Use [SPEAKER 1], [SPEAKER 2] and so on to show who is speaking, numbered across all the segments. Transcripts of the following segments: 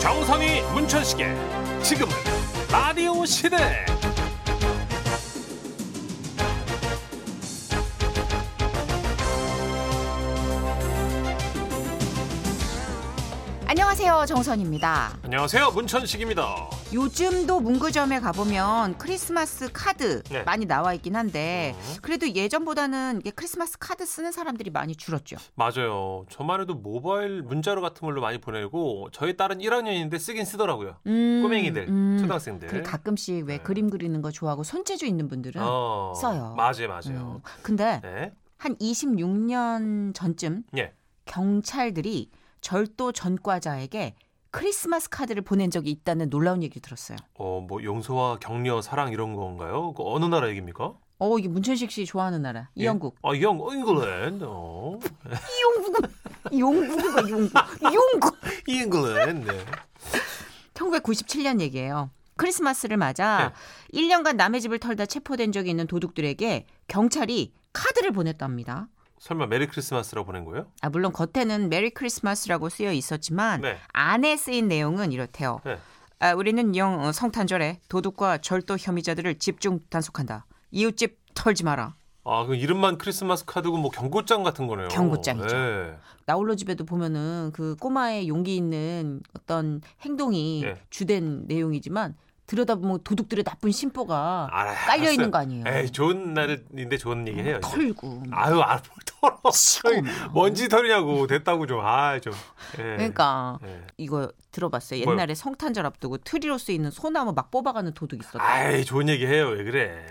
[SPEAKER 1] 정선이 문천식의 지금은 라디오 시대
[SPEAKER 2] 안녕하세요 정선입니다.
[SPEAKER 1] 안녕하세요 문천식입니다
[SPEAKER 2] 요즘도 문구점에 가보면 크리스마스 카드
[SPEAKER 1] 네. 어.
[SPEAKER 2] 많이 나와 있긴 한데 그래도 예전보다는 이게 크리스마스 카드 쓰는 사람들이 많이 줄었죠.
[SPEAKER 1] 맞아요 저만 해도 모바일 문자로 같은 걸로 많이 보내고 저희 딸은 1학년인데 쓰긴 쓰더라고요
[SPEAKER 2] 음,
[SPEAKER 1] 꼬맹이들
[SPEAKER 2] 음.
[SPEAKER 1] 초등학생들
[SPEAKER 2] 그리고 가끔씩
[SPEAKER 1] 네.
[SPEAKER 2] 왜 그림 그리는 거 좋아하고 손재주 있는 분들은
[SPEAKER 1] 어,
[SPEAKER 2] 써요.
[SPEAKER 1] 맞아요 맞아요
[SPEAKER 2] 음, 근데
[SPEAKER 1] 네.
[SPEAKER 2] 한 26년 전쯤
[SPEAKER 1] 예.
[SPEAKER 2] 경찰들이 절도 전과자에게 크리스마스 카드를 보낸 적이 있다는 놀라운 얘기를 들었어요.
[SPEAKER 1] 어, 뭐 용서와 격려 사랑 이런 건가요? 그 어느 나라 얘기입니까?
[SPEAKER 2] 어 이게 문천식 씨 좋아하는 나라
[SPEAKER 1] 예?
[SPEAKER 2] 이영국.
[SPEAKER 1] 아, 영 잉글랜드. 어.
[SPEAKER 2] 이용국은 용국이가 용국. 용국.
[SPEAKER 1] 잉글랜드. 네.
[SPEAKER 2] 1997년 얘기예요. 크리스마스를 맞아
[SPEAKER 1] 네.
[SPEAKER 2] 1년간 남의 집을 털다 체포된 적이 있는 도둑들에게 경찰이 카드를 보냈답니다.
[SPEAKER 1] 설마 메리 크리스마스라고 보낸 거예요?
[SPEAKER 2] 아, 물론 겉에는 메리 크리스마스라고 쓰여 있었지만
[SPEAKER 1] 네.
[SPEAKER 2] 안에 쓰인 내용은 이렇대요.
[SPEAKER 1] 네.
[SPEAKER 2] 아, 우리는 영 어, 성탄절에 도둑과 절도 혐의자들을 집중 단속한다. 이웃집 털지 마라.
[SPEAKER 1] 아, 그 이름만 크리스마스 카드고 뭐 경고장 같은 거네요.
[SPEAKER 2] 경고장이죠.
[SPEAKER 1] 네.
[SPEAKER 2] 나홀로 집에도 보면은 그 꼬마의 용기 있는 어떤 행동이
[SPEAKER 1] 예.
[SPEAKER 2] 주된 내용이지만 들여다보면 도둑들의 나쁜 심보가
[SPEAKER 1] 알아요.
[SPEAKER 2] 깔려 있는 거 아니에요. 음,
[SPEAKER 1] 에이, 좋은 날인데 좋은 얘기 해요. 이제.
[SPEAKER 2] 털고
[SPEAKER 1] 네. 아유, 아, 뭘 털어.
[SPEAKER 2] 치고
[SPEAKER 1] 아니, 먼지 털이냐고. 됐다고 좀. 아, 좀. 예.
[SPEAKER 2] 그러니까
[SPEAKER 1] 예.
[SPEAKER 2] 이거 들어봤어요.
[SPEAKER 1] 뭐요?
[SPEAKER 2] 옛날에 성탄절 앞두고 트리로 쓰이는 소나무 막 뽑아가는 도둑 있었다.
[SPEAKER 1] 아이, 좋은 얘기 해요. 왜 그래.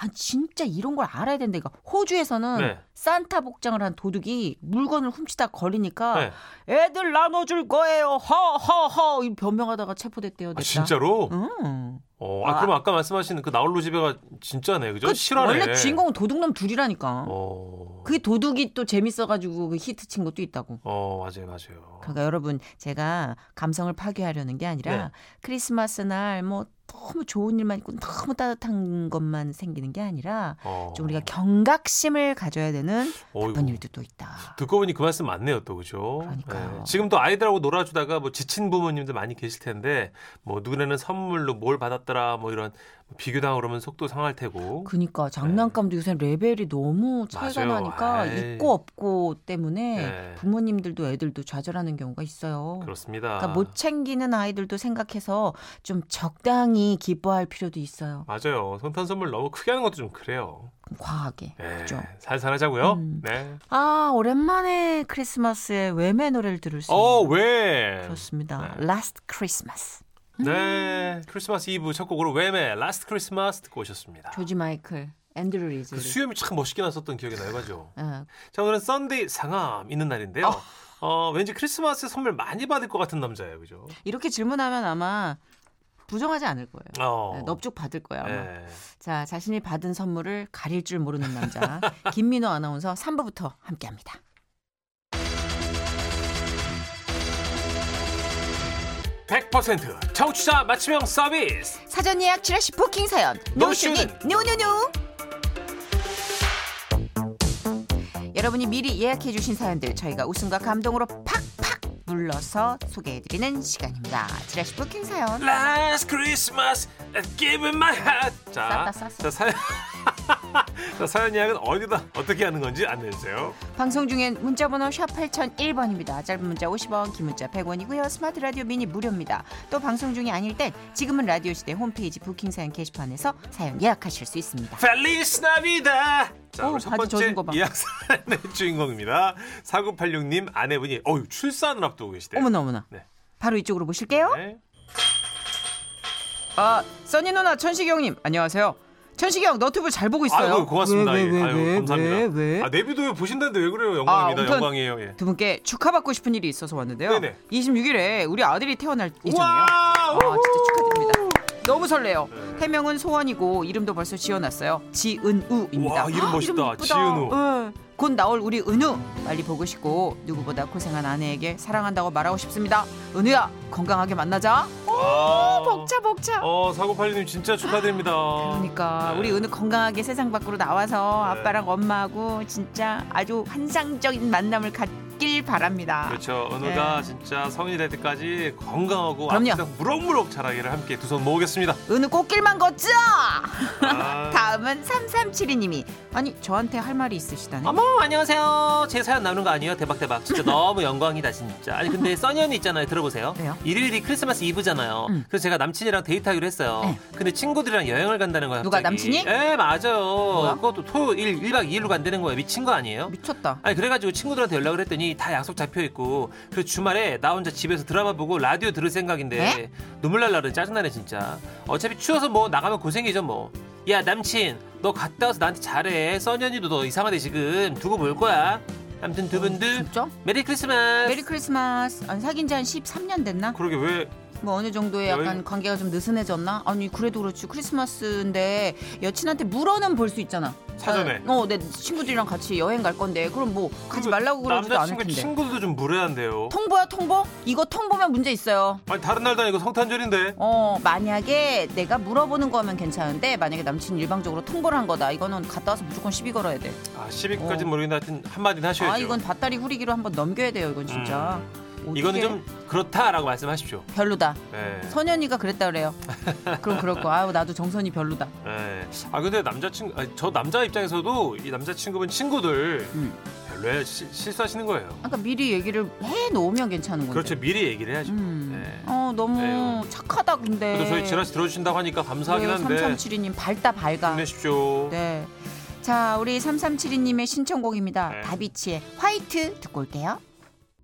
[SPEAKER 2] 아 진짜 이런 걸 알아야 된다. 그러니까 호주에서는
[SPEAKER 1] 네.
[SPEAKER 2] 산타 복장을 한 도둑이 물건을 훔치다 걸리니까
[SPEAKER 1] 네.
[SPEAKER 2] 애들 나눠줄 거예요. 허허허 이 변명하다가 체포됐대요.
[SPEAKER 1] 아,
[SPEAKER 2] 됐다.
[SPEAKER 1] 진짜로?
[SPEAKER 2] 응.
[SPEAKER 1] 어, 아, 그럼 아까 말씀하신 그 나홀로 집에가 진짜네. 그죠?
[SPEAKER 2] 그
[SPEAKER 1] 실화네.
[SPEAKER 2] 원래 주인공은 도둑놈 둘이라니까.
[SPEAKER 1] 어.
[SPEAKER 2] 그게 도둑이 또 재밌어가지고 그 히트 친 것도 있다고.
[SPEAKER 1] 어, 맞아요, 맞아요.
[SPEAKER 2] 그러니까 여러분 제가 감성을 파괴하려는 게 아니라
[SPEAKER 1] 네.
[SPEAKER 2] 크리스마스 날 뭐 너무 좋은 일만 있고 너무 따뜻한 것만 생기는 게 아니라
[SPEAKER 1] 어.
[SPEAKER 2] 좀 우리가 경각심을 가져야 되는
[SPEAKER 1] 어이구.
[SPEAKER 2] 나쁜 일도 또 있다.
[SPEAKER 1] 듣고 보니 그 말씀 맞네요, 또 그죠? 네.
[SPEAKER 2] 그러니까요.
[SPEAKER 1] 지금 또 아이들하고 놀아주다가 뭐 지친 부모님들 많이 계실 텐데 뭐 누구네는 선물로 뭘 받았더라 뭐 이런 비교당하고 그러면 속도 상할 테고.
[SPEAKER 2] 그니까 그러니까 장난감도 요새 레벨이 너무 차이가
[SPEAKER 1] 네. 맞아요.
[SPEAKER 2] 나니까
[SPEAKER 1] 아이.
[SPEAKER 2] 있고 없고 때문에
[SPEAKER 1] 네.
[SPEAKER 2] 부모님들도 애들도 좌절하는 경우가 있어요.
[SPEAKER 1] 그렇습니다.
[SPEAKER 2] 그러니까 못 챙기는 아이들도 생각해서 좀 적당히 기뻐할 필요도 있어요.
[SPEAKER 1] 맞아요. 성탄 선물 너무 크게 하는 것도 좀 그래요.
[SPEAKER 2] 과하게.
[SPEAKER 1] 예,
[SPEAKER 2] 그죠?
[SPEAKER 1] 살살 하자고요.
[SPEAKER 2] 그렇죠. 음.
[SPEAKER 1] 네.
[SPEAKER 2] 아, 오랜만에 크리스마스에 외매 노래를 들을 수 있는
[SPEAKER 1] 어, 왜?
[SPEAKER 2] 그렇습니다.
[SPEAKER 1] 네.
[SPEAKER 2] Last Christmas.
[SPEAKER 1] 네. 크리스마스 이브 첫 곡으로 웸의 라스트 크리스마스 듣고 오셨습니다.
[SPEAKER 2] 조지 마이클, 앤드류 리즈.
[SPEAKER 1] 그 수염이 참 멋있게 났었던 기억이 나요, 맞죠?
[SPEAKER 2] 예.
[SPEAKER 1] 자 오늘은 썬데이 상암 있는 날인데요.
[SPEAKER 2] 어.
[SPEAKER 1] 어, 왠지 크리스마스 선물 많이 받을 것 같은 남자예요, 그죠?
[SPEAKER 2] 이렇게 질문하면 아마 부정하지 않을 거예요.
[SPEAKER 1] 어.
[SPEAKER 2] 네, 넙죽 받을 거예요. 아마.
[SPEAKER 1] 예.
[SPEAKER 2] 자, 자신이 받은 선물을 가릴 줄 모르는 남자 김민호 아나운서 3부부터 함께합니다.
[SPEAKER 1] 퍼센트 청취자 맞춤형 서비스.
[SPEAKER 2] 사전 예약 출하시 부킹 사연 노쇼는 노노노 여러분이 미리 예약해 주신 사연들 저희가 웃음과 감동으로 팍팍 눌러서 소개해드리는 시간입니다. 지라시 부킹 사연
[SPEAKER 1] Last Christmas, give me my heart. 자,
[SPEAKER 2] 쌌다, 쌌어.
[SPEAKER 1] 자 사연. 자, 사연 예약은 어디다 어떻게 하는 건지 안내해주세요.
[SPEAKER 2] 방송 중엔 문자번호 샵 8001번입니다. 짧은 문자 50원, 긴 문자 100원이고요. 스마트 라디오 미니 무료입니다. 또 방송 중이 아닐 땐 지금은 라디오 시대 홈페이지 부킹 사연 게시판에서 사연 예약하실 수 있습니다.
[SPEAKER 1] 네. Feliz Navidad. 자,
[SPEAKER 2] 어,
[SPEAKER 1] 우리 첫
[SPEAKER 2] 바지
[SPEAKER 1] 번째
[SPEAKER 2] 젖은 거 봐.
[SPEAKER 1] 예약 사연의 주인공입니다. 4986님 아내분이 어유 출산을 앞두고 계시대요.
[SPEAKER 2] 어머나 어머나.
[SPEAKER 1] 네.
[SPEAKER 2] 바로 이쪽으로 모실게요.
[SPEAKER 1] 네.
[SPEAKER 2] 아, 써니 누나 천식이 형님 안녕하세요. 천식이 형 너튜브 잘 보고 있어요.
[SPEAKER 1] 아이고 고맙습니다.
[SPEAKER 2] 왜,
[SPEAKER 1] 예.
[SPEAKER 2] 왜, 왜,
[SPEAKER 1] 아유
[SPEAKER 2] 왜,
[SPEAKER 1] 감사합니다.
[SPEAKER 2] 왜, 왜?
[SPEAKER 1] 아 내비도 보신다는데 왜 그래요? 영광입니다.
[SPEAKER 2] 아, 아무튼-
[SPEAKER 1] 영광이에요. 예.
[SPEAKER 2] 두 분께 축하받고 싶은 일이 있어서 왔는데요.
[SPEAKER 1] 네네.
[SPEAKER 2] 26일에 우리 아들이 태어날 예정이에요.
[SPEAKER 1] 와!
[SPEAKER 2] 아, 진짜 축하드립니다. 너무 설레요.
[SPEAKER 1] 네.
[SPEAKER 2] 태명은 소원이고 이름도 벌써 지어놨어요. 지은우입니다.
[SPEAKER 1] 와, 이름 멋있다.
[SPEAKER 2] 이쁘다.
[SPEAKER 1] 지은우.
[SPEAKER 2] 예. 곧 나올 우리 은우 빨리 보고 싶고 누구보다 고생한 아내에게 사랑한다고 말하고 싶습니다. 은우야 건강하게 만나자.
[SPEAKER 1] 아.
[SPEAKER 2] 오, 벅차 벅차.
[SPEAKER 1] 어 사고팔리님 진짜 축하드립니다.
[SPEAKER 2] 그러니까
[SPEAKER 1] 네.
[SPEAKER 2] 우리 은우 건강하게 세상 밖으로 나와서
[SPEAKER 1] 네.
[SPEAKER 2] 아빠랑 엄마하고 진짜 아주 환상적인 만남을 갖길 하시길 바랍니다.
[SPEAKER 1] 그렇죠. 은우가 진짜 성인이 될 때까지 건강하고
[SPEAKER 2] 그럼요.
[SPEAKER 1] 앞으로 무럭무럭 자라기를 함께 두 손 모으겠습니다.
[SPEAKER 2] 은우 꽃길만 걷죠.
[SPEAKER 1] 아.
[SPEAKER 2] 다음은 3372님이 아니 저한테 할 말이 있으시다네.
[SPEAKER 1] 어머 안녕하세요 제 사연 나오는 거 아니에요 대박 대박 진짜 너무 영광이다 진짜 아니 근데 써니언니 있잖아요 들어보세요
[SPEAKER 2] 왜요?
[SPEAKER 1] 일요일이 크리스마스 이브잖아요
[SPEAKER 2] 음.
[SPEAKER 1] 그래서 제가 남친이랑 데이트하기로 했어요
[SPEAKER 2] 네.
[SPEAKER 1] 근데 친구들이랑 여행을 간다는 거야
[SPEAKER 2] 누가, 남친이?
[SPEAKER 1] 예 맞아요
[SPEAKER 2] 뭐야?
[SPEAKER 1] 그것도 토요일 1박 2일로 간다는 거예요 미친 거 아니에요?
[SPEAKER 2] 미쳤다.
[SPEAKER 1] 아니 그래가지고 친구들한테 연락을 했더니 다 약속 잡혀 있고 그래서 주말에 나 혼자 집에서 드라마 보고 라디오 들을 생각인데
[SPEAKER 2] 네?
[SPEAKER 1] 눈물 날라 그래 짜증나네 진짜 어차피 추워서 뭐 나가면 고생이죠 뭐 야 남친 너 갔다 와서 나한테 잘해 써니언니도 너 이상하대 지금 두고 볼 거야 아무튼 두 분들
[SPEAKER 2] 어, 진짜?
[SPEAKER 1] 메리 크리스마스
[SPEAKER 2] 메리 크리스마스. 아니, 사귄 지 한 13년 됐나?
[SPEAKER 1] 그러게 왜
[SPEAKER 2] 뭐 어느 정도의 약간
[SPEAKER 1] 여행-
[SPEAKER 2] 관계가 좀 느슨해졌나? 아니 그래도 그렇지 크리스마스인데 여친한테 물어는 볼 수 있잖아.
[SPEAKER 1] 사전에.
[SPEAKER 2] 어, 내 친구들이랑 같이 여행 갈 건데 그럼 뭐 가지 말라고 그러지도 않을 텐데.
[SPEAKER 1] 친구들도 좀 물어야 한대요
[SPEAKER 2] 통보야 통보? 이거 통보면 문제 있어요.
[SPEAKER 1] 아니 다른 날도 아니고 성탄절인데
[SPEAKER 2] 어 만약에 내가 물어보는 거면 괜찮은데 만약에 남친 일방적으로 통보를 한 거다 이거는 갔다 와서 무조건 시비 걸어야 돼.
[SPEAKER 1] 아 10일까지는
[SPEAKER 2] 어.
[SPEAKER 1] 모르겠는데 하여튼 한마디는 하셔야죠 음.
[SPEAKER 2] 아 이건 밭다리 후리기로 한번 넘겨야 돼요 이건 진짜. 어떡해.
[SPEAKER 1] 이거는 좀 그렇다라고 말씀하십시오
[SPEAKER 2] 별로다.
[SPEAKER 1] 예.
[SPEAKER 2] 선현이가 그랬다 그래요. 그럼 그럴 거. 아유 나도 정선이 별로다.
[SPEAKER 1] 예. 아 근데 남자친구 아니, 저 남자 입장에서도 이 남자친구분 친구들
[SPEAKER 2] 음.
[SPEAKER 1] 별로예요 시- 실수하시는 거예요
[SPEAKER 2] 아까 미리 얘기를 해 놓으면 괜찮은 건데.
[SPEAKER 1] 그렇죠 미리 얘기를 해야죠
[SPEAKER 2] 음. 네.
[SPEAKER 1] 네.
[SPEAKER 2] 어 너무
[SPEAKER 1] 네.
[SPEAKER 2] 착하다 근데. 그
[SPEAKER 1] 그래도 저희 지라시 들어주신다고 하니까 감사하긴 한데
[SPEAKER 2] 3372님 밝다 밝아. 네.
[SPEAKER 1] 힘내십시오
[SPEAKER 2] 자 우리 3372님의 신청곡입니다.
[SPEAKER 1] 네.
[SPEAKER 2] 다비치의 화이트 듣고 올게요.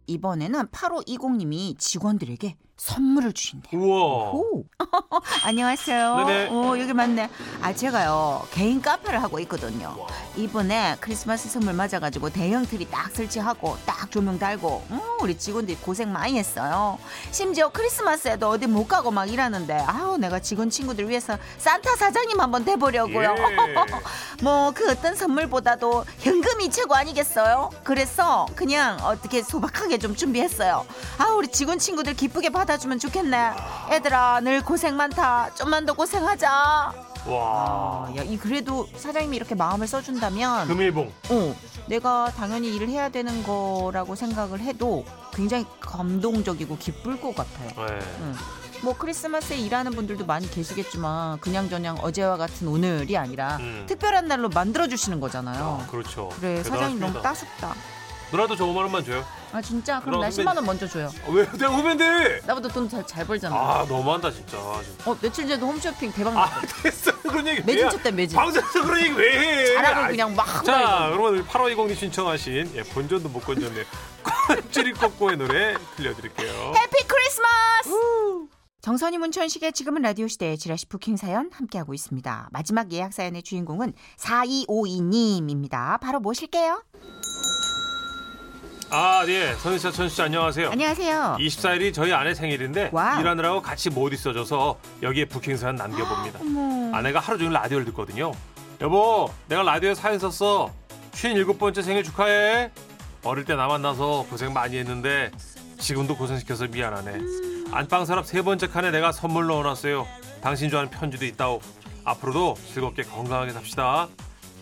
[SPEAKER 2] 이번에는 8520님이 직원들에게 선물을 주신대요.
[SPEAKER 1] 우와
[SPEAKER 2] 오. 안녕하세요.
[SPEAKER 1] 네네.
[SPEAKER 2] 오, 여기 맞네. 아, 제가요, 개인 카페를 하고 있거든요.
[SPEAKER 1] 와.
[SPEAKER 2] 이번에 크리스마스 선물 맞아가지고 대형 트리 딱 설치하고 딱 조명 달고 음, 우리 직원들이 고생 많이 했어요. 심지어 크리스마스에도 어디 못 가고 막 일하는데 아우 내가 직원 친구들 위해서 산타 사장님 한번
[SPEAKER 1] 예.
[SPEAKER 2] 돼보려고요. 뭐 그 어떤 선물보다도 현금이 최고 아니겠어요? 그래서 그냥 어떻게 소박하게 좀 준비했어요. 아 우리 직원 친구들 기쁘게 받아주면 좋겠네. 얘들아 늘 고생 많다. 좀만 더 고생하자.
[SPEAKER 1] 예. 와
[SPEAKER 2] 아, 야, 이 그래도 사장님이 이렇게 마음을 써준다면
[SPEAKER 1] 금일봉
[SPEAKER 2] 어, 내가 당연히 일을 해야 되는 거라고 생각을 해도 굉장히 감동적이고 기쁠 것 같아요.
[SPEAKER 1] 예.
[SPEAKER 2] 뭐 크리스마스에 일하는 분들도 많이 계시겠지만 그냥저냥 어제와 같은 오늘이 아니라
[SPEAKER 1] 음.
[SPEAKER 2] 특별한 날로 만들어 주시는 거잖아요.
[SPEAKER 1] 아, 그렇죠
[SPEAKER 2] 그래 사장님
[SPEAKER 1] 대단하십니다.
[SPEAKER 2] 너무 따숩다.
[SPEAKER 1] 누나도 저 5만 원만 줘요
[SPEAKER 2] 아 진짜
[SPEAKER 1] 그럼
[SPEAKER 2] 그럼 나
[SPEAKER 1] 선배-
[SPEAKER 2] 10만 원 먼저 줘요.
[SPEAKER 1] 아, 왜 내가 후배인데
[SPEAKER 2] 나보다 돈 잘 잘 벌잖아.
[SPEAKER 1] 아 너무한다 진짜 지금.
[SPEAKER 2] 어 며칠 전에도 홈쇼핑 대박 났.
[SPEAKER 1] 아 됐어 그런 얘기 왜
[SPEAKER 2] 매진
[SPEAKER 1] 해?
[SPEAKER 2] 쳤다 매진.
[SPEAKER 1] 방송에서 그런 얘기 왜해 아,
[SPEAKER 2] 자랑을 그냥 막.
[SPEAKER 1] 자, 여러분 8520님 신청하신 예, 본전도 못 건졌네요. 꼼찌리 꼬꼬의 노래 들려드릴게요.
[SPEAKER 2] 해피 크리스마스! 정선이 문천식의 지금은 라디오 시대의 지라시 부킹 사연 함께하고 있습니다. 마지막 예약 사연의 주인공은 4252님입니다. 바로 모실게요.
[SPEAKER 1] 아, 예. 선희씨, 천씨 안녕하세요.
[SPEAKER 2] 안녕하세요.
[SPEAKER 1] 24일이 저희 아내 생일인데
[SPEAKER 2] 와우.
[SPEAKER 1] 일하느라고 같이 못 있어줘서 여기에 부킹 사연 남겨봅니다.
[SPEAKER 2] 어머.
[SPEAKER 1] 아내가 하루 종일 라디오를 듣거든요. 여보, 내가 라디오에 사연 썼어. 57번째 생일 축하해. 어릴 때 나 만나서 고생 많이 했는데 지금도 고생시켜서 미안하네.
[SPEAKER 2] 음.
[SPEAKER 1] 안방 서랍 세 번째 칸에 내가 선물 넣어놨어요. 당신 좋아하는 편지도 있다오. 앞으로도 즐겁게 건강하게 삽시다.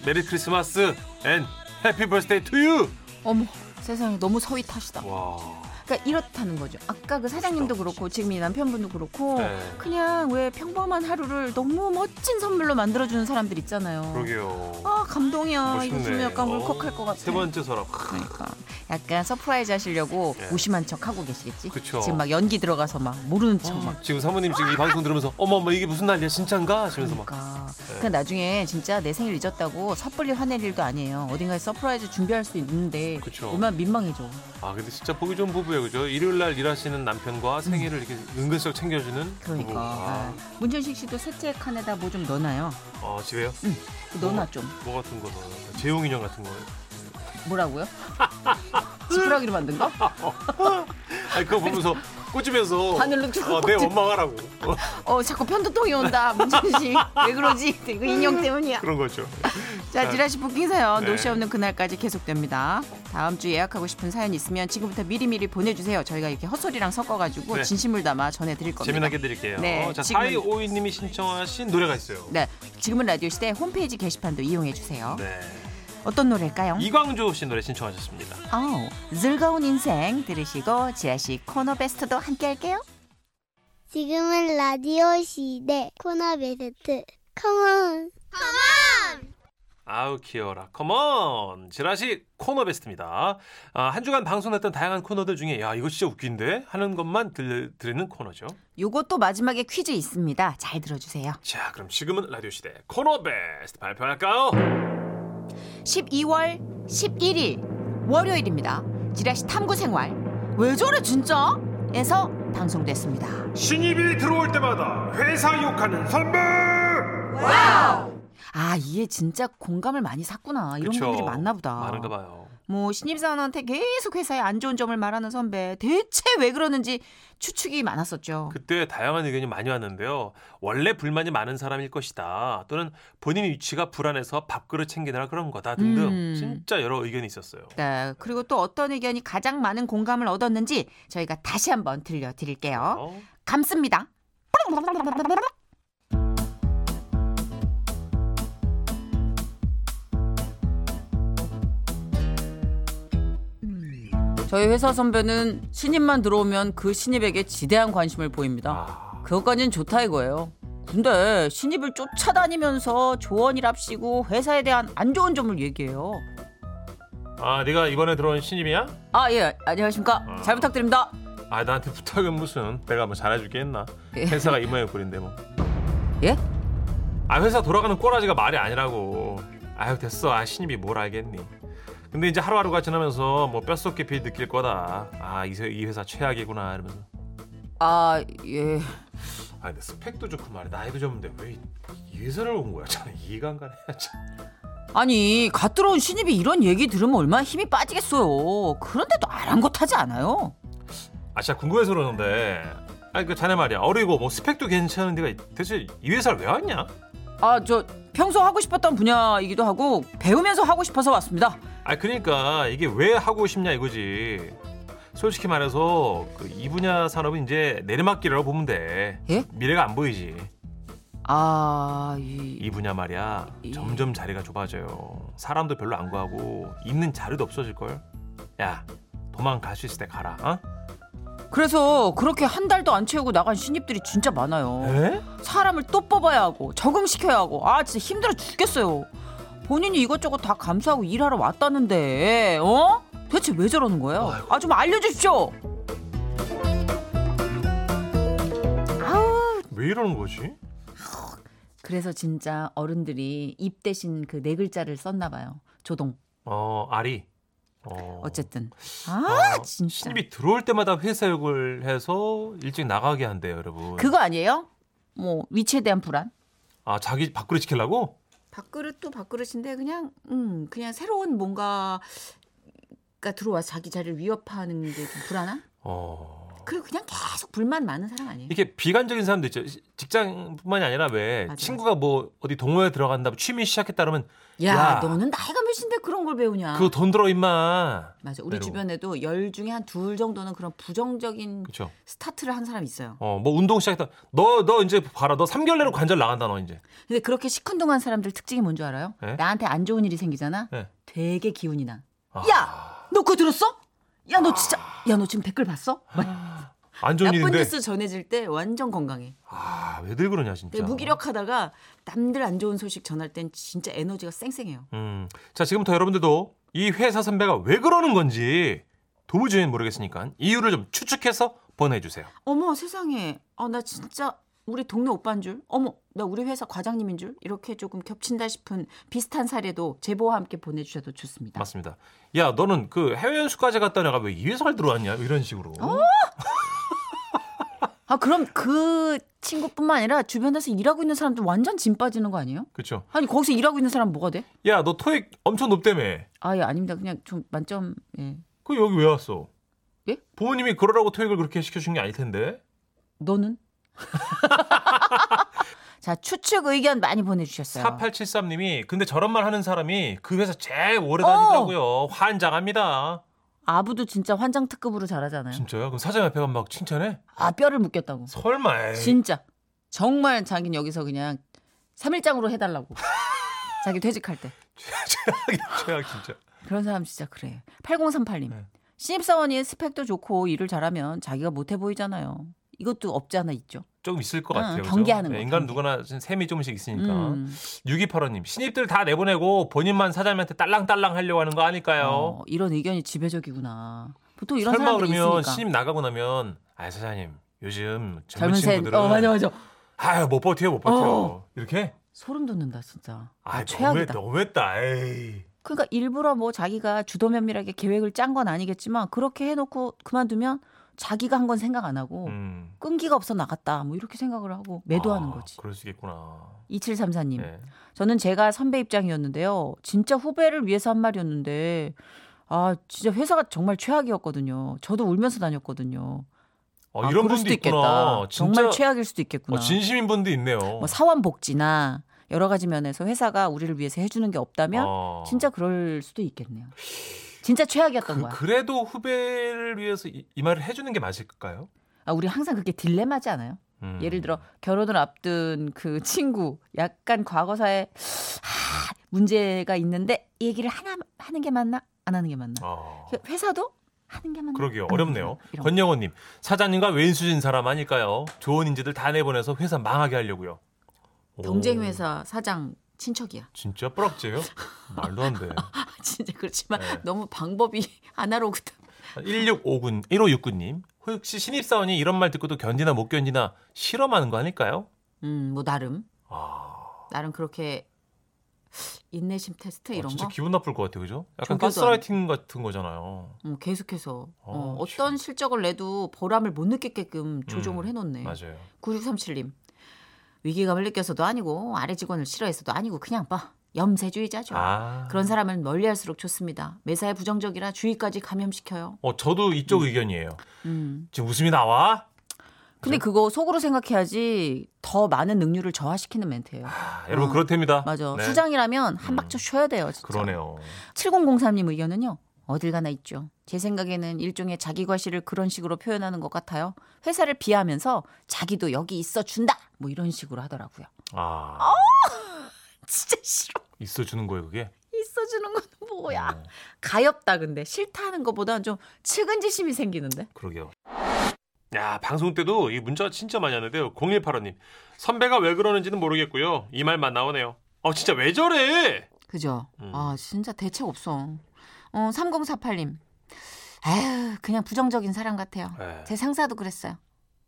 [SPEAKER 1] 메리 크리스마스 앤 해피 버스데이 투 유.
[SPEAKER 2] 어머. 세상에 너무 서윗하시다.
[SPEAKER 1] 와.
[SPEAKER 2] 그러니까 이렇다는 거죠. 아까 그 사장님도 그렇고 지금 이 남편분도 그렇고
[SPEAKER 1] 그렇죠. 네.
[SPEAKER 2] 그냥 왜 평범한 하루를 너무 멋진 선물로 만들어주는 사람들 있잖아요.
[SPEAKER 1] 그러게요.
[SPEAKER 2] 아 감동이야. 이거
[SPEAKER 1] 멋있네.
[SPEAKER 2] 좀 약간
[SPEAKER 1] 어,
[SPEAKER 2] 울컥할 것 같아.
[SPEAKER 1] 세 번째 서랍. 크,
[SPEAKER 2] 그러니까 약간 서프라이즈 하시려고
[SPEAKER 1] 예.
[SPEAKER 2] 무심한 척 하고 계시겠지.
[SPEAKER 1] 그쵸.
[SPEAKER 2] 지금 막 연기 들어가서 막 모르는 척 막.
[SPEAKER 1] 지금 사모님 지금 이 방송 들으면서 어머 어머 이게 무슨 난리야 진짠가 하시면서 막.
[SPEAKER 2] 그러니까. 그러니까 나중에 진짜 내 생일 잊었다고 섣불리 화낼 일도 아니에요. 어딘가에 서프라이즈 준비할 수 있는데
[SPEAKER 1] 그쵸.
[SPEAKER 2] 얼마나 민망해져.
[SPEAKER 1] 아 근데 진짜 보기 좋은 부부예요 그죠? 일요일 날 일하시는 남편과 생일을 이렇게 은근슬쩍 챙겨주는
[SPEAKER 2] 음. 그러니까.
[SPEAKER 1] 부부. 아,
[SPEAKER 2] 아, 문천식 씨도 셋째 칸에다 뭐 좀 넣어놔요.
[SPEAKER 1] 어 집에요?
[SPEAKER 2] 넣어놔 좀.
[SPEAKER 1] 뭐 같은 거 넣어요? 제용 인형 같은 거예요?
[SPEAKER 2] 뭐라고요? 지푸라기로 만든 거?
[SPEAKER 1] 아니 그거 보면서 꼬집에서
[SPEAKER 2] 바늘로 쭉
[SPEAKER 1] 어, 내
[SPEAKER 2] 꼬집-
[SPEAKER 1] 원망하라고 어,
[SPEAKER 2] 어 자꾸 편두통이 온다. 문천식 왜 그러지? 이거 인형 때문이야.
[SPEAKER 1] 그런 거죠.
[SPEAKER 2] 자, 지라시 부킹 사연
[SPEAKER 1] 네.
[SPEAKER 2] 노시 없는 그날까지 계속됩니다. 다음 주 예약하고 싶은 사연 있으면 지금부터 미리미리 보내주세요. 저희가 이렇게 헛소리랑 섞어가지고
[SPEAKER 1] 네.
[SPEAKER 2] 진심을 담아 전해드릴 겁니다.
[SPEAKER 1] 재미나게 드릴게요.
[SPEAKER 2] 네,
[SPEAKER 1] 자
[SPEAKER 2] 지금은-
[SPEAKER 1] 사이 오이님이 신청하신 노래가 있어요.
[SPEAKER 2] 네, 지금은 라디오 시대 홈페이지 게시판도 이용해 주세요.
[SPEAKER 1] 네.
[SPEAKER 2] 어떤 노래일까요?
[SPEAKER 1] 이광조 씨 노래 신청하셨습니다.
[SPEAKER 2] 아우, 즐거운 인생 들으시고 지라시 코너 베스트도 함께 할게요.
[SPEAKER 3] 지금은 라디오 시대 코너 베스트 컴온
[SPEAKER 1] 아우 귀여워라 컴온 지라시 코너 베스트입니다 아, 한 주간 방송됐던 다양한 코너들 중에 야 이거 진짜 웃긴데 하는 것만 들, 드리는 코너죠
[SPEAKER 2] 요것도 마지막에 퀴즈 있습니다. 잘 들어주세요.
[SPEAKER 1] 자 그럼 지금은 라디오 시대 코너 베스트 발표할까요
[SPEAKER 2] 12월 11일 월요일입니다. 지라시 탐구 생활 왜 저래 진짜? 에서 방송됐습니다.
[SPEAKER 1] 신입이 들어올 때마다 회사 욕하는 선배
[SPEAKER 2] 아, 이게 진짜 공감을 많이 샀구나. 이런 분들이 많나 보다.
[SPEAKER 1] 많은가 봐요
[SPEAKER 2] 뭐 신입사원한테 계속 회사의 안 좋은 점을 말하는 선배 대체 왜 그러는지 추측이 많았었죠.
[SPEAKER 1] 그때 다양한 의견이 많이 왔는데요 원래 불만이 많은 사람일 것이다 또는 본인 위치가 불안해서 밥그릇 챙기느라 그런 거다 등등
[SPEAKER 2] 음.
[SPEAKER 1] 진짜 여러 의견이 있었어요
[SPEAKER 2] 네, 그리고 또 어떤 의견이 가장 많은 공감을 얻었는지 저희가 다시 한번 들려드릴게요.
[SPEAKER 1] 어?
[SPEAKER 2] 감습니다.
[SPEAKER 4] 저희 회사 선배는 신입만 들어오면 그 신입에게 지대한 관심을 보입니다.
[SPEAKER 1] 아,
[SPEAKER 4] 그것까진 좋다 이거예요. 근데 신입을 쫓아다니면서 조언이랍시고 회사에 대한 안 좋은 점을 얘기해요.
[SPEAKER 1] 아 네가 이번에 들어온 신입이야?
[SPEAKER 4] 아, 예. 안녕하십니까. 잘 부탁드립니다.
[SPEAKER 1] 아 나한테 부탁은 무슨 내가 뭐 잘해줄게 했나
[SPEAKER 4] 예.
[SPEAKER 1] 회사가 이 모양 꼴인데 뭐아
[SPEAKER 4] 예?
[SPEAKER 1] 회사 돌아가는 꼬라지가 말이 아니라고 아유 됐어 아 신입이 뭘 알겠니 근데 이제 하루하루가 지나면서 뭐 뼛속 깊이 느낄 거다 아이 이 회사 최악이구나 이러면서
[SPEAKER 4] 아, 예.
[SPEAKER 1] 아 근데 스펙도 좋고 말이야 나이도 젊은데 왜 이 회사를 온 거야 참 이해가 안 가네 참.
[SPEAKER 4] 아니, 갓 들어온 신입이 이런 얘기 들으면 얼마나 힘이 빠지겠어요. 그런데도 아랑곳하지 않아요.
[SPEAKER 1] 아 진짜 궁금해서 그러는데 아니 그 자네 말이야 어리고 뭐 스펙도 괜찮은 데가 있- 대체 이 회사를 왜 왔냐
[SPEAKER 4] 아, 저 평소 하고 싶었던 분야이기도 하고 배우면서 하고 싶어서 왔습니다.
[SPEAKER 1] 아 그러니까 이게 왜 하고 싶냐 이거지. 솔직히 말해서 그 이 분야 산업은 이제 내리막길이라고 보면 돼.
[SPEAKER 4] 예?
[SPEAKER 1] 미래가 안 보이지.
[SPEAKER 4] 아, 이
[SPEAKER 1] 이 분야 말이야
[SPEAKER 4] 이-
[SPEAKER 1] 점점 자리가 좁아져요. 사람도 별로 안 구하고 있는 자료도 없어질 걸. 야 도망갈 수 있을 때 가라. 어?
[SPEAKER 4] 그래서 그렇게 한 달도 안 채우고 나간 신입들이 진짜 많아요.
[SPEAKER 1] 에?
[SPEAKER 4] 사람을 또 뽑아야 하고 적응시켜야 하고 아 진짜 힘들어 죽겠어요. 본인이 이것저것 다 감수하고 일하러 왔다는데 어? 대체 왜 저러는 거예요? 아 좀 알려주십시오.
[SPEAKER 1] 왜 이러는 거지?
[SPEAKER 4] 그래서 진짜 어른들이 입 대신 그 네 글자를 썼나 봐요. 조동.
[SPEAKER 1] 어 아리. 어.
[SPEAKER 4] 어쨌든
[SPEAKER 1] 아,
[SPEAKER 4] 아 진짜
[SPEAKER 1] 신입이 들어올 때마다 회사 욕을 해서 일찍 나가게 한대요, 여러분.
[SPEAKER 4] 그거 아니에요? 뭐 위치에 대한 불안?
[SPEAKER 1] 아 자기 밖으로 지키려고?
[SPEAKER 2] 밥그릇도 밥그릇인데 그냥 음 그냥 새로운 뭔가가 들어와 자기 자리를 위협하는 게 좀 불안한?
[SPEAKER 1] 어.
[SPEAKER 2] 그리고 그냥 계속 불만 많은 사람 아니에요?
[SPEAKER 1] 이렇게 비관적인 사람도 있죠. 시- 직장뿐만이 아니라 왜
[SPEAKER 2] 맞아,
[SPEAKER 1] 친구가 뭐 어디 동호회 들어간다, 뭐 취미 시작했다 그러면
[SPEAKER 2] 야,
[SPEAKER 1] 야.
[SPEAKER 2] 너는 나이가 몇인데 그런 걸 배우냐?
[SPEAKER 1] 그거 돈 들어 임마.
[SPEAKER 2] 맞아. 우리
[SPEAKER 1] 외로워.
[SPEAKER 2] 주변에도 열 중에 한 둘 정도는 그런 부정적인
[SPEAKER 1] 그렇죠.
[SPEAKER 2] 스타트를 한 사람 있어요.
[SPEAKER 1] 어, 뭐 운동 시작했다. 너 너 이제 봐라. 너 3개월 내로 관절 나간다 너 이제.
[SPEAKER 2] 근데 그렇게 시큰둥한 사람들 특징이 뭔 줄 알아요?
[SPEAKER 1] 네?
[SPEAKER 2] 나한테 안 좋은 일이 생기잖아.
[SPEAKER 1] 네.
[SPEAKER 2] 되게 기운이 나.
[SPEAKER 1] 아.
[SPEAKER 4] 야! 너 그거 들었어? 야 너 진짜 야 너 지금 댓글 봤어? 막
[SPEAKER 1] 안 좋은
[SPEAKER 2] 나쁜
[SPEAKER 1] 일인데.
[SPEAKER 2] 뉴스 전해질 때 완전 건강해.
[SPEAKER 1] 아, 왜들 그러냐 진짜.
[SPEAKER 2] 근데 네, 무기력하다가 남들 안 좋은 소식 전할 땐 진짜 에너지가 쌩쌩해요.
[SPEAKER 1] 음. 자, 지금부터 여러분들도 이 회사 선배가 왜 그러는 건지 도무지 모르겠으니까 이유를 좀 추측해서 보내 주세요.
[SPEAKER 2] 어머 세상에. 아 나 진짜 우리 동네 오빠인 줄. 어머 나 우리 회사 과장님인 줄. 이렇게 조금 겹친다 싶은 비슷한 사례도 제보와 함께 보내주셔도 좋습니다.
[SPEAKER 1] 맞습니다. 야, 너는 그 해외 연수까지 갔다 내가 왜 이 회사를 들어왔냐? 이런 식으로.
[SPEAKER 4] 아 그럼 그 친구뿐만 아니라 주변에서 일하고 있는 사람들 완전 짐 빠지는 거 아니에요?
[SPEAKER 1] 그렇죠.
[SPEAKER 4] 아니 거기서 일하고 있는 사람 뭐가 돼?
[SPEAKER 1] 야, 너 토익 엄청 높다며.
[SPEAKER 4] 아예 아닙니다. 그냥 좀 만점. 예.
[SPEAKER 1] 그 여기 왜 왔어?
[SPEAKER 4] 예?
[SPEAKER 1] 부모님이 그러라고 토익을 그렇게 시켜준 게 아닐 텐데.
[SPEAKER 4] 너는? 자 추측 의견
[SPEAKER 2] 네.
[SPEAKER 4] 많이 보내주셨어요.
[SPEAKER 1] 4873님이 근데 저런 말 하는 사람이 그 회사 제일
[SPEAKER 2] 어!
[SPEAKER 1] 오래 다니더라고요. 환장합니다.
[SPEAKER 4] 아부도 진짜 환장 특급으로 잘하잖아요.
[SPEAKER 1] 진짜요? 그럼 사장 앞에 가면 막 칭찬해?
[SPEAKER 4] 아 뼈를
[SPEAKER 1] 네.
[SPEAKER 4] 묶였다고.
[SPEAKER 1] 설마. 에이.
[SPEAKER 4] 진짜 정말 자기는 여기서 그냥 3일장으로 해달라고.
[SPEAKER 2] 자기 퇴직할 때.
[SPEAKER 1] 최악이 최악 진짜.
[SPEAKER 2] 그런 사람 진짜 그래. 8038님.
[SPEAKER 1] 네.
[SPEAKER 2] 신입사원이 스펙도 좋고 일을 잘하면 자기가 못해 보이잖아요. 이것도 없지 않아 있죠.
[SPEAKER 1] 조금 있을 것
[SPEAKER 2] 응,
[SPEAKER 1] 같아요. 그죠?
[SPEAKER 2] 어, 경계하는
[SPEAKER 1] 네,
[SPEAKER 2] 거,
[SPEAKER 1] 인간
[SPEAKER 2] 경계.
[SPEAKER 1] 누구나 지금 셈이 조금씩 있으니까.
[SPEAKER 2] 음.
[SPEAKER 1] 6285님 신입들 다 내보내고 본인만 사장님한테 딸랑딸랑 하려고 하는 거 아닐까요?
[SPEAKER 2] 어, 이런 의견이 지배적이구나. 보통 이런
[SPEAKER 1] 설마
[SPEAKER 2] 사람들이
[SPEAKER 1] 그러면
[SPEAKER 2] 있으니까.
[SPEAKER 1] 신입 나가고 나면 아 사장님 요즘 젊은
[SPEAKER 2] 젊은 셋.
[SPEAKER 1] 친구들은
[SPEAKER 2] 어 맞아 맞아.
[SPEAKER 1] 아유 못 버텨 못 버텨
[SPEAKER 2] 어.
[SPEAKER 1] 이렇게
[SPEAKER 2] 소름 돋는다 진짜. 아,
[SPEAKER 1] 아
[SPEAKER 2] 최악이다.
[SPEAKER 1] 너무했, 다 에이
[SPEAKER 2] 그러니까 일부러 뭐 자기가 주도면밀하게 계획을 짠 건 아니겠지만 그렇게 해놓고 그만두면 자기가 한 건 생각 안 하고
[SPEAKER 1] 음.
[SPEAKER 2] 끈기가 없어 나갔다 뭐 이렇게 생각을 하고 매도하는
[SPEAKER 1] 아,
[SPEAKER 2] 거지.
[SPEAKER 1] 그럴 수 있겠구나
[SPEAKER 2] 2734님.
[SPEAKER 1] 네.
[SPEAKER 2] 저는 제가 선배 입장이었는데요. 진짜 후배를 위해서 한 말이었는데 아 진짜 회사가 정말 최악이었거든요. 저도 울면서 다녔거든요.
[SPEAKER 1] 어,
[SPEAKER 2] 아,
[SPEAKER 1] 이런
[SPEAKER 2] 그럴
[SPEAKER 1] 분도
[SPEAKER 2] 수도
[SPEAKER 1] 있구나
[SPEAKER 2] 있겠다.
[SPEAKER 1] 진짜
[SPEAKER 2] 정말 최악일 수도
[SPEAKER 1] 어,
[SPEAKER 2] 있겠구나.
[SPEAKER 1] 진심인 분도 있네요
[SPEAKER 2] 뭐 사원복지나 여러 가지 면에서 회사가 우리를 위해서 해주는 게 없다면
[SPEAKER 1] 어.
[SPEAKER 2] 진짜 그럴 수도 있겠네요. 진짜 최악이었던
[SPEAKER 1] 그,
[SPEAKER 2] 거야.
[SPEAKER 1] 그래도 후배를 위해서 이, 이 말을 해주는 게 맞을까요?
[SPEAKER 2] 아, 우리 항상 그렇게 딜레마지 않아요?
[SPEAKER 1] 음.
[SPEAKER 2] 예를 들어 결혼을 앞둔 그 친구 약간 과거사에 하, 문제가 있는데 얘기를 하나 하는 게 맞나 안 하는 게 맞나
[SPEAKER 1] 어.
[SPEAKER 2] 회사도 하는 게 맞나
[SPEAKER 1] 그러게요.
[SPEAKER 2] 안 하는 게
[SPEAKER 1] 어렵네요.
[SPEAKER 2] 맞나? 그 음, 이런 거.
[SPEAKER 1] 권영호님 사장님과 왼수진 사람 아닐까요? 좋은 인재들 다 내보내서 회사 망하게 하려고요. 오,
[SPEAKER 2] 경쟁 회사 사장 친척이야.
[SPEAKER 1] 진짜 뿌락지예요? 말도 안 돼.
[SPEAKER 2] 진짜 그렇지만
[SPEAKER 1] 네.
[SPEAKER 2] 너무 방법이 아날로그다.
[SPEAKER 1] 1659, 1569님 혹시 신입사원이 이런 말 듣고도 견디나 못 견디나 실험하는 거 아닐까요?
[SPEAKER 2] 음, 뭐 나름
[SPEAKER 1] 아,
[SPEAKER 2] 나름 그렇게 인내심 테스트
[SPEAKER 1] 아,
[SPEAKER 2] 이런
[SPEAKER 1] 진짜
[SPEAKER 2] 거
[SPEAKER 1] 기분 나쁠 것 같아요, 그죠? 약간
[SPEAKER 2] 저기도
[SPEAKER 1] 가스라이팅 같은 거잖아요.
[SPEAKER 2] 음, 계속해서 어,
[SPEAKER 1] 아,
[SPEAKER 2] 어떤 실적을 내도 보람을 못 느끼게끔 조종을
[SPEAKER 1] 음,
[SPEAKER 2] 해놓네.
[SPEAKER 1] 맞아요.
[SPEAKER 2] 9637님 위기감을 느껴서도 아니고 아래 직원을 싫어해서도 아니고 그냥 봐 염세주의자죠.
[SPEAKER 1] 아,
[SPEAKER 2] 그러니까 그런 사람은 멀리할수록 좋습니다. 매사에 부정적이라 주위까지 감염시켜요.
[SPEAKER 1] 어 저도 이쪽 의견이에요.
[SPEAKER 2] 음.
[SPEAKER 1] 지금 웃음이 나와? 네.
[SPEAKER 2] 근데 그거 속으로 생각해야지 더 많은 능률을 저하시키는 멘트예요.
[SPEAKER 1] 아, 여러분
[SPEAKER 2] 어.
[SPEAKER 1] 그렇답니다.
[SPEAKER 2] 맞아.
[SPEAKER 1] 네.
[SPEAKER 2] 수장이라면 한
[SPEAKER 1] 음.
[SPEAKER 2] 박자 쉬어야 돼요. 진짜.
[SPEAKER 1] 그러네요.
[SPEAKER 2] 7003님 의견은요. 어딜 가나 있죠. 제 생각에는 일종의 자기 과시를 그런 식으로 표현하는 것 같아요. 회사를 비하면서 자기도 여기 있어 준다. 뭐 이런 식으로 하더라고요.
[SPEAKER 1] 아,
[SPEAKER 2] 어? 진짜 싫어.
[SPEAKER 1] 있어 주는 거예요, 그게?
[SPEAKER 2] 있어 주는 건 뭐야?
[SPEAKER 1] 어,
[SPEAKER 2] 가엽다 근데 싫다는 것보다는 좀 측은지심이 생기는데.
[SPEAKER 1] 그러게요. 야 방송 때도 이 문자 진짜 많이 하는데요. 0185님 선배가 왜 그러는지는 모르겠고요. 이 말만 나오네요. 어 진짜 왜 저래?
[SPEAKER 2] 그죠?
[SPEAKER 1] 음.
[SPEAKER 2] 아 진짜 대책 없어. 어 3048님. 에휴 그냥 부정적인 사람 같아요.
[SPEAKER 1] 에,
[SPEAKER 2] 제 상사도 그랬어요.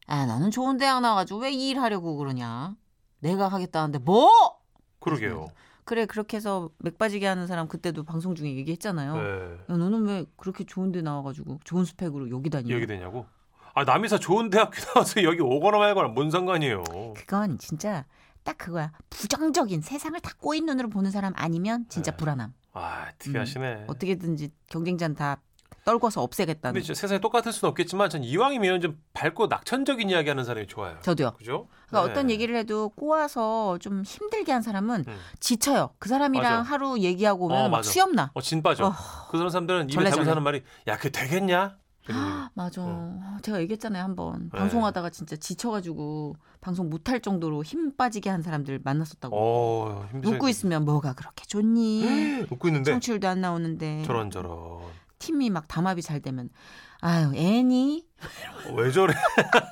[SPEAKER 2] 아 나는 좋은 대학 나와가지고 왜 이 일하려고 그러냐. 내가 하겠다는데 뭐?
[SPEAKER 1] 그러게요.
[SPEAKER 2] 그래 그렇게 해서 맥 빠지게 하는 사람 그때도 방송 중에 얘기했잖아요. 음.
[SPEAKER 1] 에,
[SPEAKER 2] 야, 너는 왜 그렇게 좋은 데 나와가지고 좋은 스펙으로 여기 다니?
[SPEAKER 1] 여기 되냐고? 아 남이사 좋은 대학교 나와서 여기 오거나 말거나 뭔 상관이에요.
[SPEAKER 2] 그건 진짜 딱 그거야. 부정적인 세상을 다 꼬인 눈으로 보는 사람 아니면 진짜
[SPEAKER 1] 네.
[SPEAKER 2] 불안함.
[SPEAKER 1] 아
[SPEAKER 2] 음,
[SPEAKER 1] 특이하시네.
[SPEAKER 2] 어떻게든지 경쟁자는 다 떨궈서
[SPEAKER 1] 근데
[SPEAKER 2] 없애겠다는.
[SPEAKER 1] 진짜 세상에 똑같을 수는 없겠지만 전 이왕이면 좀 밝고 낙천적인 이야기하는 사람이 좋아요.
[SPEAKER 2] 저도요.
[SPEAKER 1] 그죠?
[SPEAKER 2] 그러니까
[SPEAKER 1] 네.
[SPEAKER 2] 어떤 얘기를 해도 꼬아서 좀 힘들게 한 사람은
[SPEAKER 1] 음.
[SPEAKER 2] 지쳐요. 그 사람이랑
[SPEAKER 1] 맞아.
[SPEAKER 2] 하루 얘기하고 오면
[SPEAKER 1] 어,
[SPEAKER 2] 막
[SPEAKER 1] 맞아.
[SPEAKER 2] 수염 나.
[SPEAKER 1] 어, 진 빠져.
[SPEAKER 2] 어.
[SPEAKER 1] 그런 사람들은 입에
[SPEAKER 2] 절레절레.
[SPEAKER 1] 담고 사는 말이 야 그게 되겠냐? 이런
[SPEAKER 2] 맞아.
[SPEAKER 1] 어.
[SPEAKER 2] 아, 제가 얘기했잖아요 한번
[SPEAKER 1] 네.
[SPEAKER 2] 방송하다가 진짜 지쳐가지고 방송 못할 정도로 힘 빠지게 한 사람들 만났었다고.
[SPEAKER 1] 어 힘드셔.
[SPEAKER 2] 웃고 있으면 뭐가 그렇게 좋니?
[SPEAKER 1] 웃고 있는데
[SPEAKER 2] 청취율도 안 나오는데
[SPEAKER 1] 저런 저런
[SPEAKER 2] 팀이 막 담합이 잘 되면 아유 애니
[SPEAKER 1] 어, 왜 저래?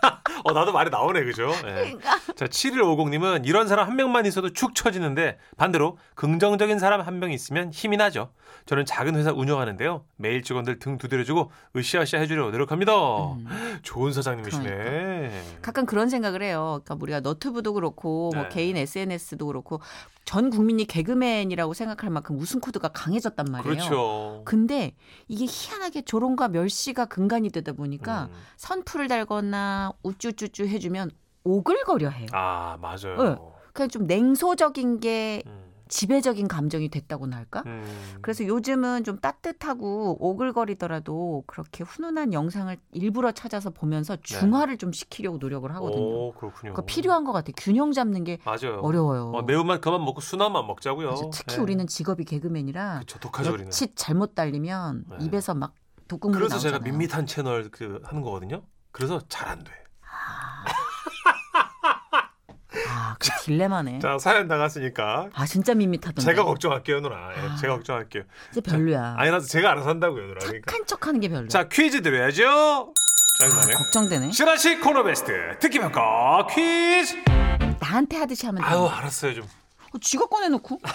[SPEAKER 1] 어 나도 말이 나오네 그죠? 예.
[SPEAKER 2] 그러니까.
[SPEAKER 1] 자 7150님은 이런 사람 한 명만 있어도 축 처지는데 반대로 긍정적인 사람 한 명 있으면 힘이 나죠. 저는 작은 회사 운영하는데요. 매일 직원들 등 두드려주고 으쌰으쌰 해주려고 노력합니다.
[SPEAKER 2] 음. 그러니까.
[SPEAKER 1] 좋은 사장님이시네.
[SPEAKER 2] 가끔 그런 생각을 해요. 그러니까 우리가 너튜브도 그렇고 뭐
[SPEAKER 1] 네.
[SPEAKER 2] 개인 SNS도 그렇고 전 국민이 개그맨이라고 생각할 만큼 웃음 코드가 강해졌단 말이에요.
[SPEAKER 1] 그렇죠.
[SPEAKER 2] 근데 이게 희한하게 조롱과 멸시가 근간이 되다 보니까
[SPEAKER 1] 음.
[SPEAKER 2] 선풀을 달거나 우쭈쭈쭈 해주면 오글거려 해요.
[SPEAKER 1] 아 맞아요.
[SPEAKER 2] 네. 그냥 좀 냉소적인 게
[SPEAKER 1] 음.
[SPEAKER 2] 지배적인 감정이 됐다고나 할까?
[SPEAKER 1] 음.
[SPEAKER 2] 그래서 요즘은 좀 따뜻하고 오글거리더라도 그렇게 훈훈한 영상을 일부러 찾아서 보면서 중화를 좀 시키려고 노력을 어, 하거든요.
[SPEAKER 1] 네. 오, 그렇군요.
[SPEAKER 2] 그러니까 필요한 것 같아요. 균형 잡는 게
[SPEAKER 1] 맞아요.
[SPEAKER 2] 어려워요.
[SPEAKER 1] 어, 매운맛 그만 먹고 순한맛 먹자고요.
[SPEAKER 2] 맞아. 특히
[SPEAKER 1] 예.
[SPEAKER 2] 우리는 직업이 개그맨이라
[SPEAKER 1] 그쵸 독하죠 우리는.
[SPEAKER 2] 치 잘못 달리면
[SPEAKER 1] 네.
[SPEAKER 2] 입에서 막 독극물이
[SPEAKER 1] 그래서
[SPEAKER 2] 나오잖아요.
[SPEAKER 1] 제가 밋밋한 채널 그 하는 거거든요. 그래서 잘 안 돼.
[SPEAKER 2] 아, 아,
[SPEAKER 4] 딜레마네.
[SPEAKER 1] 자 사연 나갔으니까
[SPEAKER 4] 아 진짜 밋밋하던데.
[SPEAKER 2] 네.
[SPEAKER 1] 제가 걱정할게요 누나. 예,
[SPEAKER 4] 아.
[SPEAKER 1] 제가 걱정할게요.
[SPEAKER 4] 진짜 별로야.
[SPEAKER 1] 아니라서 제가 알아서 한다고요 누나. 그러니까.
[SPEAKER 4] 착한 척하는 게 별로야.
[SPEAKER 1] 자 퀴즈 드려야죠.
[SPEAKER 4] 아,
[SPEAKER 1] 짜증나네.
[SPEAKER 4] 걱정되네.
[SPEAKER 1] 시라시 코너 베스트 특기 평가 퀴즈.
[SPEAKER 4] 나한테 하듯이 하면 돼.
[SPEAKER 1] 아유 알았어요 좀.
[SPEAKER 4] 어, 지가 꺼내놓고.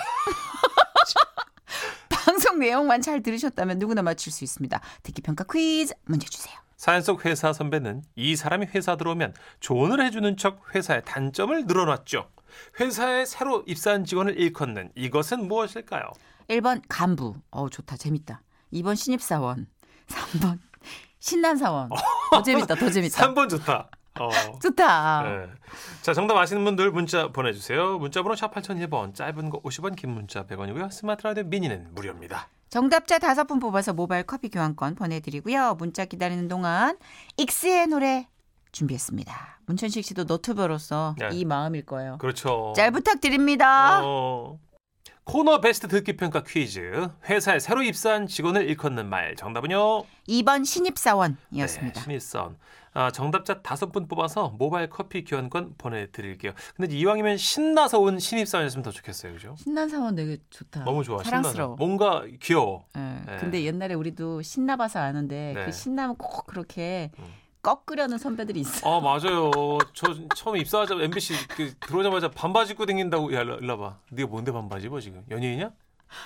[SPEAKER 2] 방송 내용만 잘 들으셨다면 누구나 맞출 수 있습니다. 듣기 평가 퀴즈 문제 주세요.
[SPEAKER 1] 사연 속 회사 선배는 이 사람이 회사 들어오면 조언을 해주는 척 회사의 단점을 늘어놨죠. 회사에 새로 입사한 직원을 일컫는 이것은 무엇일까요?
[SPEAKER 2] 1번 간부. 어 좋다 재밌다. 2번 신입사원. 3번 신난사원. 더 재밌다 더 재밌다.
[SPEAKER 1] 3번 좋다. 어.
[SPEAKER 2] 좋다.
[SPEAKER 1] 네. 자, 정답 아시는 분들 문자 보내주세요. 문자번호 샵 8001번, 짧은 거 50원, 긴 문자 100원이고요. 스마트 라디오 미니는 무료입니다.
[SPEAKER 2] 정답자 다섯 분 뽑아서 모바일 커피 교환권 보내드리고요. 문자 기다리는 동안 익스의 노래 준비했습니다. 문천식 씨도 너튜버로서
[SPEAKER 1] 네.
[SPEAKER 2] 이 마음일 거예요.
[SPEAKER 1] 그렇죠.
[SPEAKER 2] 잘 부탁드립니다.
[SPEAKER 1] 어. 코너 베스트 듣기 평가 퀴즈. 회사에 새로 입사한 직원을 일컫는 말. 정답은요?
[SPEAKER 2] 2번 신입사원이었습니다.
[SPEAKER 1] 네, 신입사원. 아, 정답자 다섯 분 뽑아서 모바일 커피 교환권 보내드릴게요. 근데 이왕이면 신나서 온 신입사원이었으면 더 좋겠어요. 그죠?
[SPEAKER 4] 신난 사원 되게 좋다.
[SPEAKER 1] 너무 좋아. 신나서.
[SPEAKER 4] 사랑스러워.
[SPEAKER 1] 뭔가 귀여워.
[SPEAKER 4] 예,
[SPEAKER 1] 네.
[SPEAKER 4] 근데 옛날에 우리도 신나봐서 아는데
[SPEAKER 1] 네.
[SPEAKER 4] 그 신나면 꼭 그렇게
[SPEAKER 1] 음.
[SPEAKER 4] 꺾으려는 선배들이 있어.
[SPEAKER 1] 아 맞아요. 저 처음 입사하자 MBC 그 들어오자마자 반바지 입고 댕긴다고 야 일로- 일로 와봐. 네가 뭔데 반바지 입어 지금 연예인이야?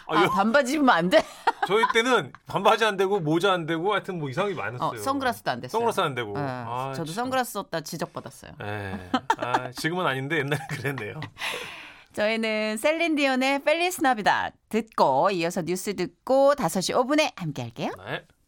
[SPEAKER 1] 아,
[SPEAKER 4] 아,
[SPEAKER 1] 여-
[SPEAKER 4] 반바지 입으면 안 돼?
[SPEAKER 1] 저희 때는 반바지 안 되고 모자 안 되고 하여튼 뭐 이상이 많았어요.
[SPEAKER 4] 어, 선글라스도 안 됐어요.
[SPEAKER 1] 선글라스 안 되고.
[SPEAKER 4] 예,
[SPEAKER 1] 아,
[SPEAKER 4] 저도
[SPEAKER 1] 참.
[SPEAKER 4] 선글라스 썼다 지적받았어요.
[SPEAKER 1] 예. 아, 지금은 아닌데 옛날에 그랬네요.
[SPEAKER 2] 저희는 셀린디온의 펠리스나비다 듣고 이어서 뉴스 듣고 5시 5분에 함께 할게요.
[SPEAKER 1] 네.